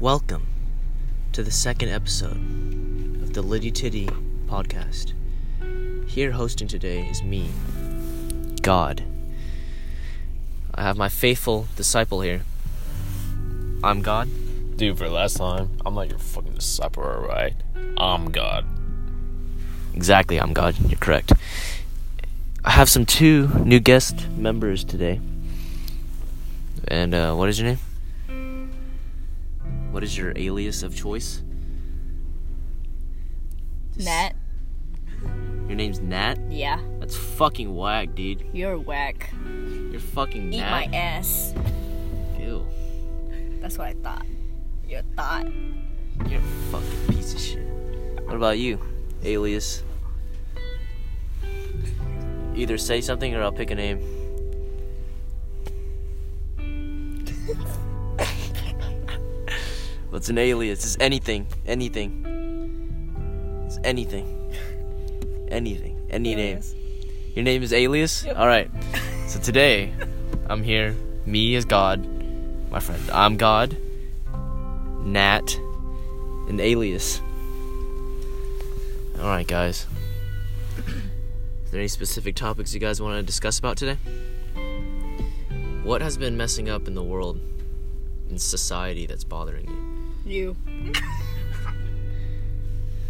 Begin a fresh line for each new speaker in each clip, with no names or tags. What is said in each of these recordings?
Welcome to the second episode of the Liddy Titty podcast. Here hosting today is me, God. I have my faithful disciple here. I'm God.
Dude, for last time, I'm not your fucking disciple, alright? I'm God.
Exactly, I'm God. You're correct. I have some two new guest members today. And uh, what is your name? What is your alias of choice?
Matt?
Your name's Nat?
Yeah,
That's fucking whack, dude.
you're whack.
You're fucking
Eat
Nat.
my e- ass.
Ew.
That's what I thought. Your thought.
You're a fucking piece of shit. What about you, alias? Either say something or I'll pick a name. What's an alias? It's anything. Anything. It's anything. Anything. Any name. Your name is Alias? Alright. So today, I'm here. Me is God. My friend, I'm God. Nat. And Alias. Alright, guys. Is there any specific topics you guys want to discuss about today? What has been messing up in the world, in society, that's bothering you?
You.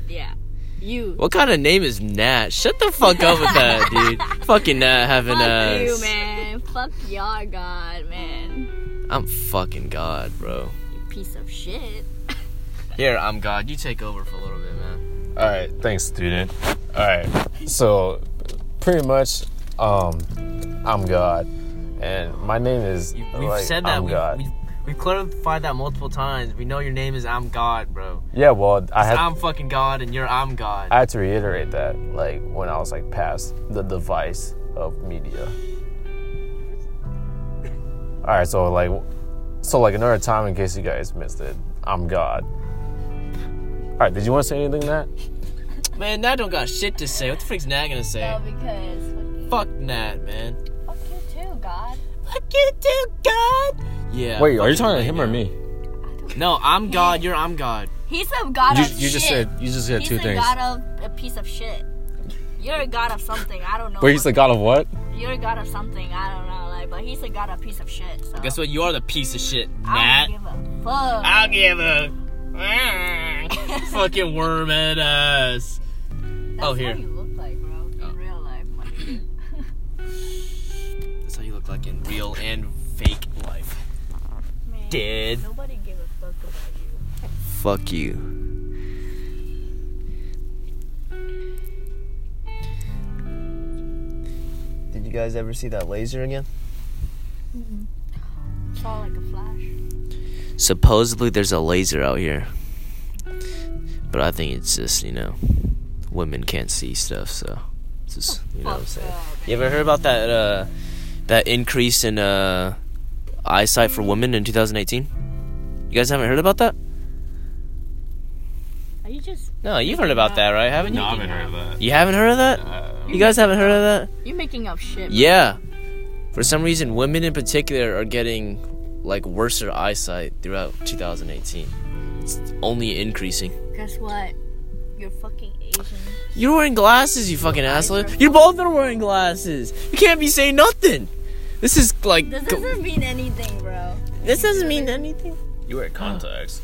yeah. You.
What kind of name is Nat? Shut the fuck up with that, dude. Fucking Nat having
Fuck
a.
you, man. Fuck your god, man.
I'm fucking God, bro.
You piece of shit.
Here, I'm God. You take over for a little bit, man.
Alright, thanks, student. Alright, so pretty much, um, I'm God. And my name is.
You, we've
like,
said that.
I'm
we,
God.
We, we've clarified that multiple times. We know your name is I'm God, bro.
yeah, well, I had,
I'm fucking God, and you're I'm God.
I had to reiterate that, like, when I was, like, past the device of media. Alright, so, like, so, like, another time, in case you guys missed it, I'm God. Alright, did you want to say anything, Nat?
man, Nat don't got shit to say. What the frick's Nat gonna say?
because.
Fuck Nat, man.
Fuck you too, god.
Fuck you too, God. Yeah.
Wait, are you
fucking
talking to
right
him or
now.
me?
No, I'm God. You're I'm God.
He's a god
You,
of
you
shit.
just said you just said
he's
two
a
things.
god of a piece of shit. You're a god of something. I don't know.
But he's the
what-
god of what?
You're a god of something. I don't know. Like, but he's a god of piece of shit. So.
Guess what? You are the piece of shit,
I
Nat.
don't give a fuck.
I'll give a
Ah.
fucking worm at us.
That's
Oh, here.
what you look like, bro. In
Oh.
real life, my dude.
That's how you look like in real and fake life.
Man,
Dead.
Nobody gave a fuck about you.
Fuck you. Did you guys ever see that laser again?
It's all like a flash.
Supposedly there's a laser out here. But I think it's just, you know, women can't see stuff, so it's just, you know what I'm
Fuck
saying.
up.
You ever heard about that uh that increase in uh eyesight for women in 2018? You guys haven't heard about that?
Are you just?
No, you've heard about that, right? Haven't you?
No, I haven't heard of Um, that.
You haven't heard of that? You guys haven't heard of that?
You're making up shit. bro.
Yeah. For some reason, women in particular are getting like worser eyesight throughout 2018. It's only increasing.
Guess what? You're fucking Asian.
You're wearing glasses, you fucking asshole.
are-
You both are wearing glasses. You can't be saying nothing. This is like.
This
go-
doesn't mean anything, bro.
this doesn't mean anything.
You wear contacts.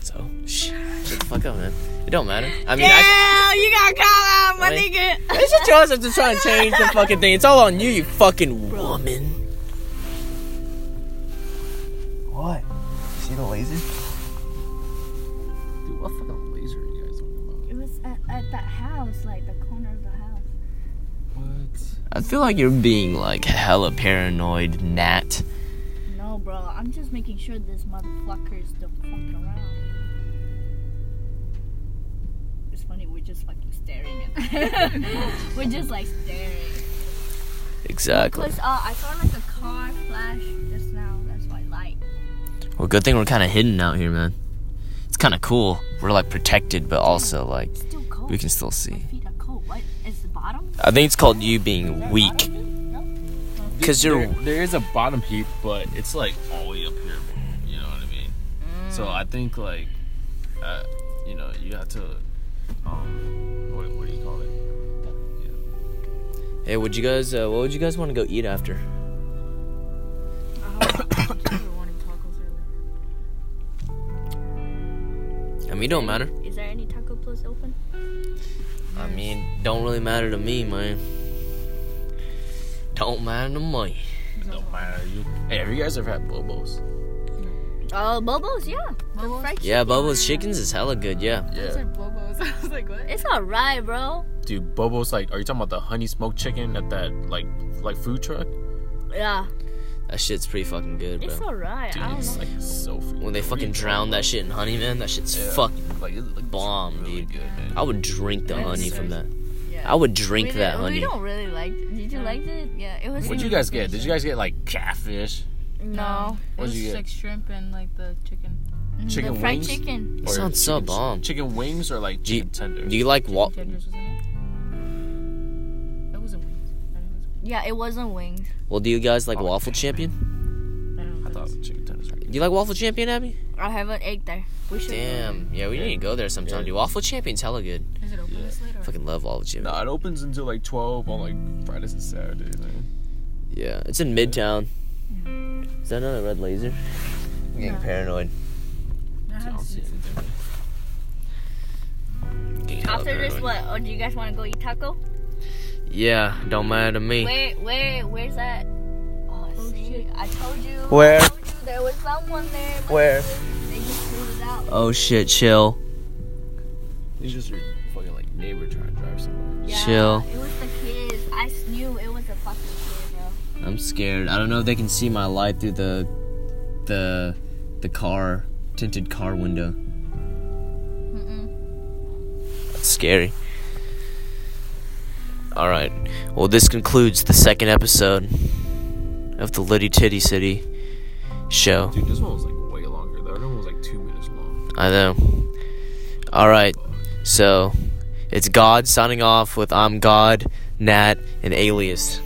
So, shh. Shut the fuck up, man. It don't matter. I mean, I.
Yeah, you got caught out, my
Wait.
nigga.
It's just yours. I'm just trying to change the fucking thing. It's all on you, you fucking woman.
What? See the laser? Dude, what fucking laser are you guys talking
It was at, at that house, like the corner of the house.
about?
I feel like you're being like hella paranoid, Nat.
No, bro. I'm just making sure these motherfuckers don't fuck around. It's funny. We're just fucking staring at. we're just like staring.
Exactly.
Cause uh, I saw like a car flash just now. That's why light.
Well, good thing we're kind of hidden out here, man. It's kind of cool. We're like protected, but also like
It's still cold.
we can still
My
see.
feet are cold. What is the bottom?
I think it's called you being
Is
weak, cause you're
there is a bottom heap, but it's like all the way up here, man. You know what I mean?
Mm.
So I think like, uh, you know, you have to, um, what, what do you call it?
Hey, would you guys? Uh, what would you guys want to go eat after?
we were wanting tacos earlier.
I mean, it don't matter.
Is there any taco place open?
I mean, don't really matter to me, man. Don't matter to me.
Don't matter. You. Hey, have you guys ever had bobos?
Oh, Bobos, yeah.
Bobos?
fried
Yeah, Bubba's chickens is hella good. Yeah.
I said bobos. I was like, what?
It's alright, bro.
Dude, bobos like, are you talking about the honey smoked chicken at that like like food truck?
Yeah,
That shit's pretty fucking good,
it's
bro.
alright.
Dude,
I don't
it's
know.
like so freaking.
When they fucking drown that shit in honey, man, that shit's
Yeah.
fucking.
like it looks
bomb,
really
dude.
good, man.
I would drink the honey from that.
Yeah.
I would drink
we
that
didn't-
honey.
We don't really like.
Did you like it?
Yeah, it was.
What'd you guys get? Did you guys get like catfish?
No.
It
What'd
was
you
just
get?
like shrimp and like the chicken.
Mm-hmm. Chicken
the fried
wings?
chicken.
It
Or
sounds so
chicken-
bomb.
Chicken wings or like
Do you-
chicken tender?
Do you like wa-
Tenders wasn't it? That wasn't wings. I don't know.
Yeah, it wasn't wings.
Well, do you guys like
Oh,
waffle
damn,
champion?
I don't know.
I thought chicken tenders. Were
Do you like waffle champion, Abby?
I haven't ate there. We should.
Damn. Yeah, we need to go there sometime.
Yeah.
Dude, waffle champion's hella good.
Is it open
Yeah.
this late or?
Fucking love waffle champion.
No, it opens until like 12 on like Fridays and Saturdays. Man.
Yeah, it's in Midtown. Is that another red laser? I'm getting paranoid.
I haven't seen it.
I'm getting hella
After this,
paranoid.
what? Or do you guys want to go eat taco?
Yeah, don't matter to me.
Where, where, where's that? Oh, shit! I told you.
Where?
I told you there was someone there. but
Where?
They just pulled it out.
Oh shit, chill.
It's just your fucking like neighbor trying to drive somewhere.
Yeah,
Chill.
It was the kids. I s- knew it was a fucking kid, bro.
I'm scared. I don't know if they can see my light through the the the car tinted car window. That's scary. All right. Well, this concludes the second episode of the Litty Titty City show.
Dude, this one was like way longer. The other one was like two minutes long.
I know. All right. So, it's God signing off with I'm God, Nat, and Alias.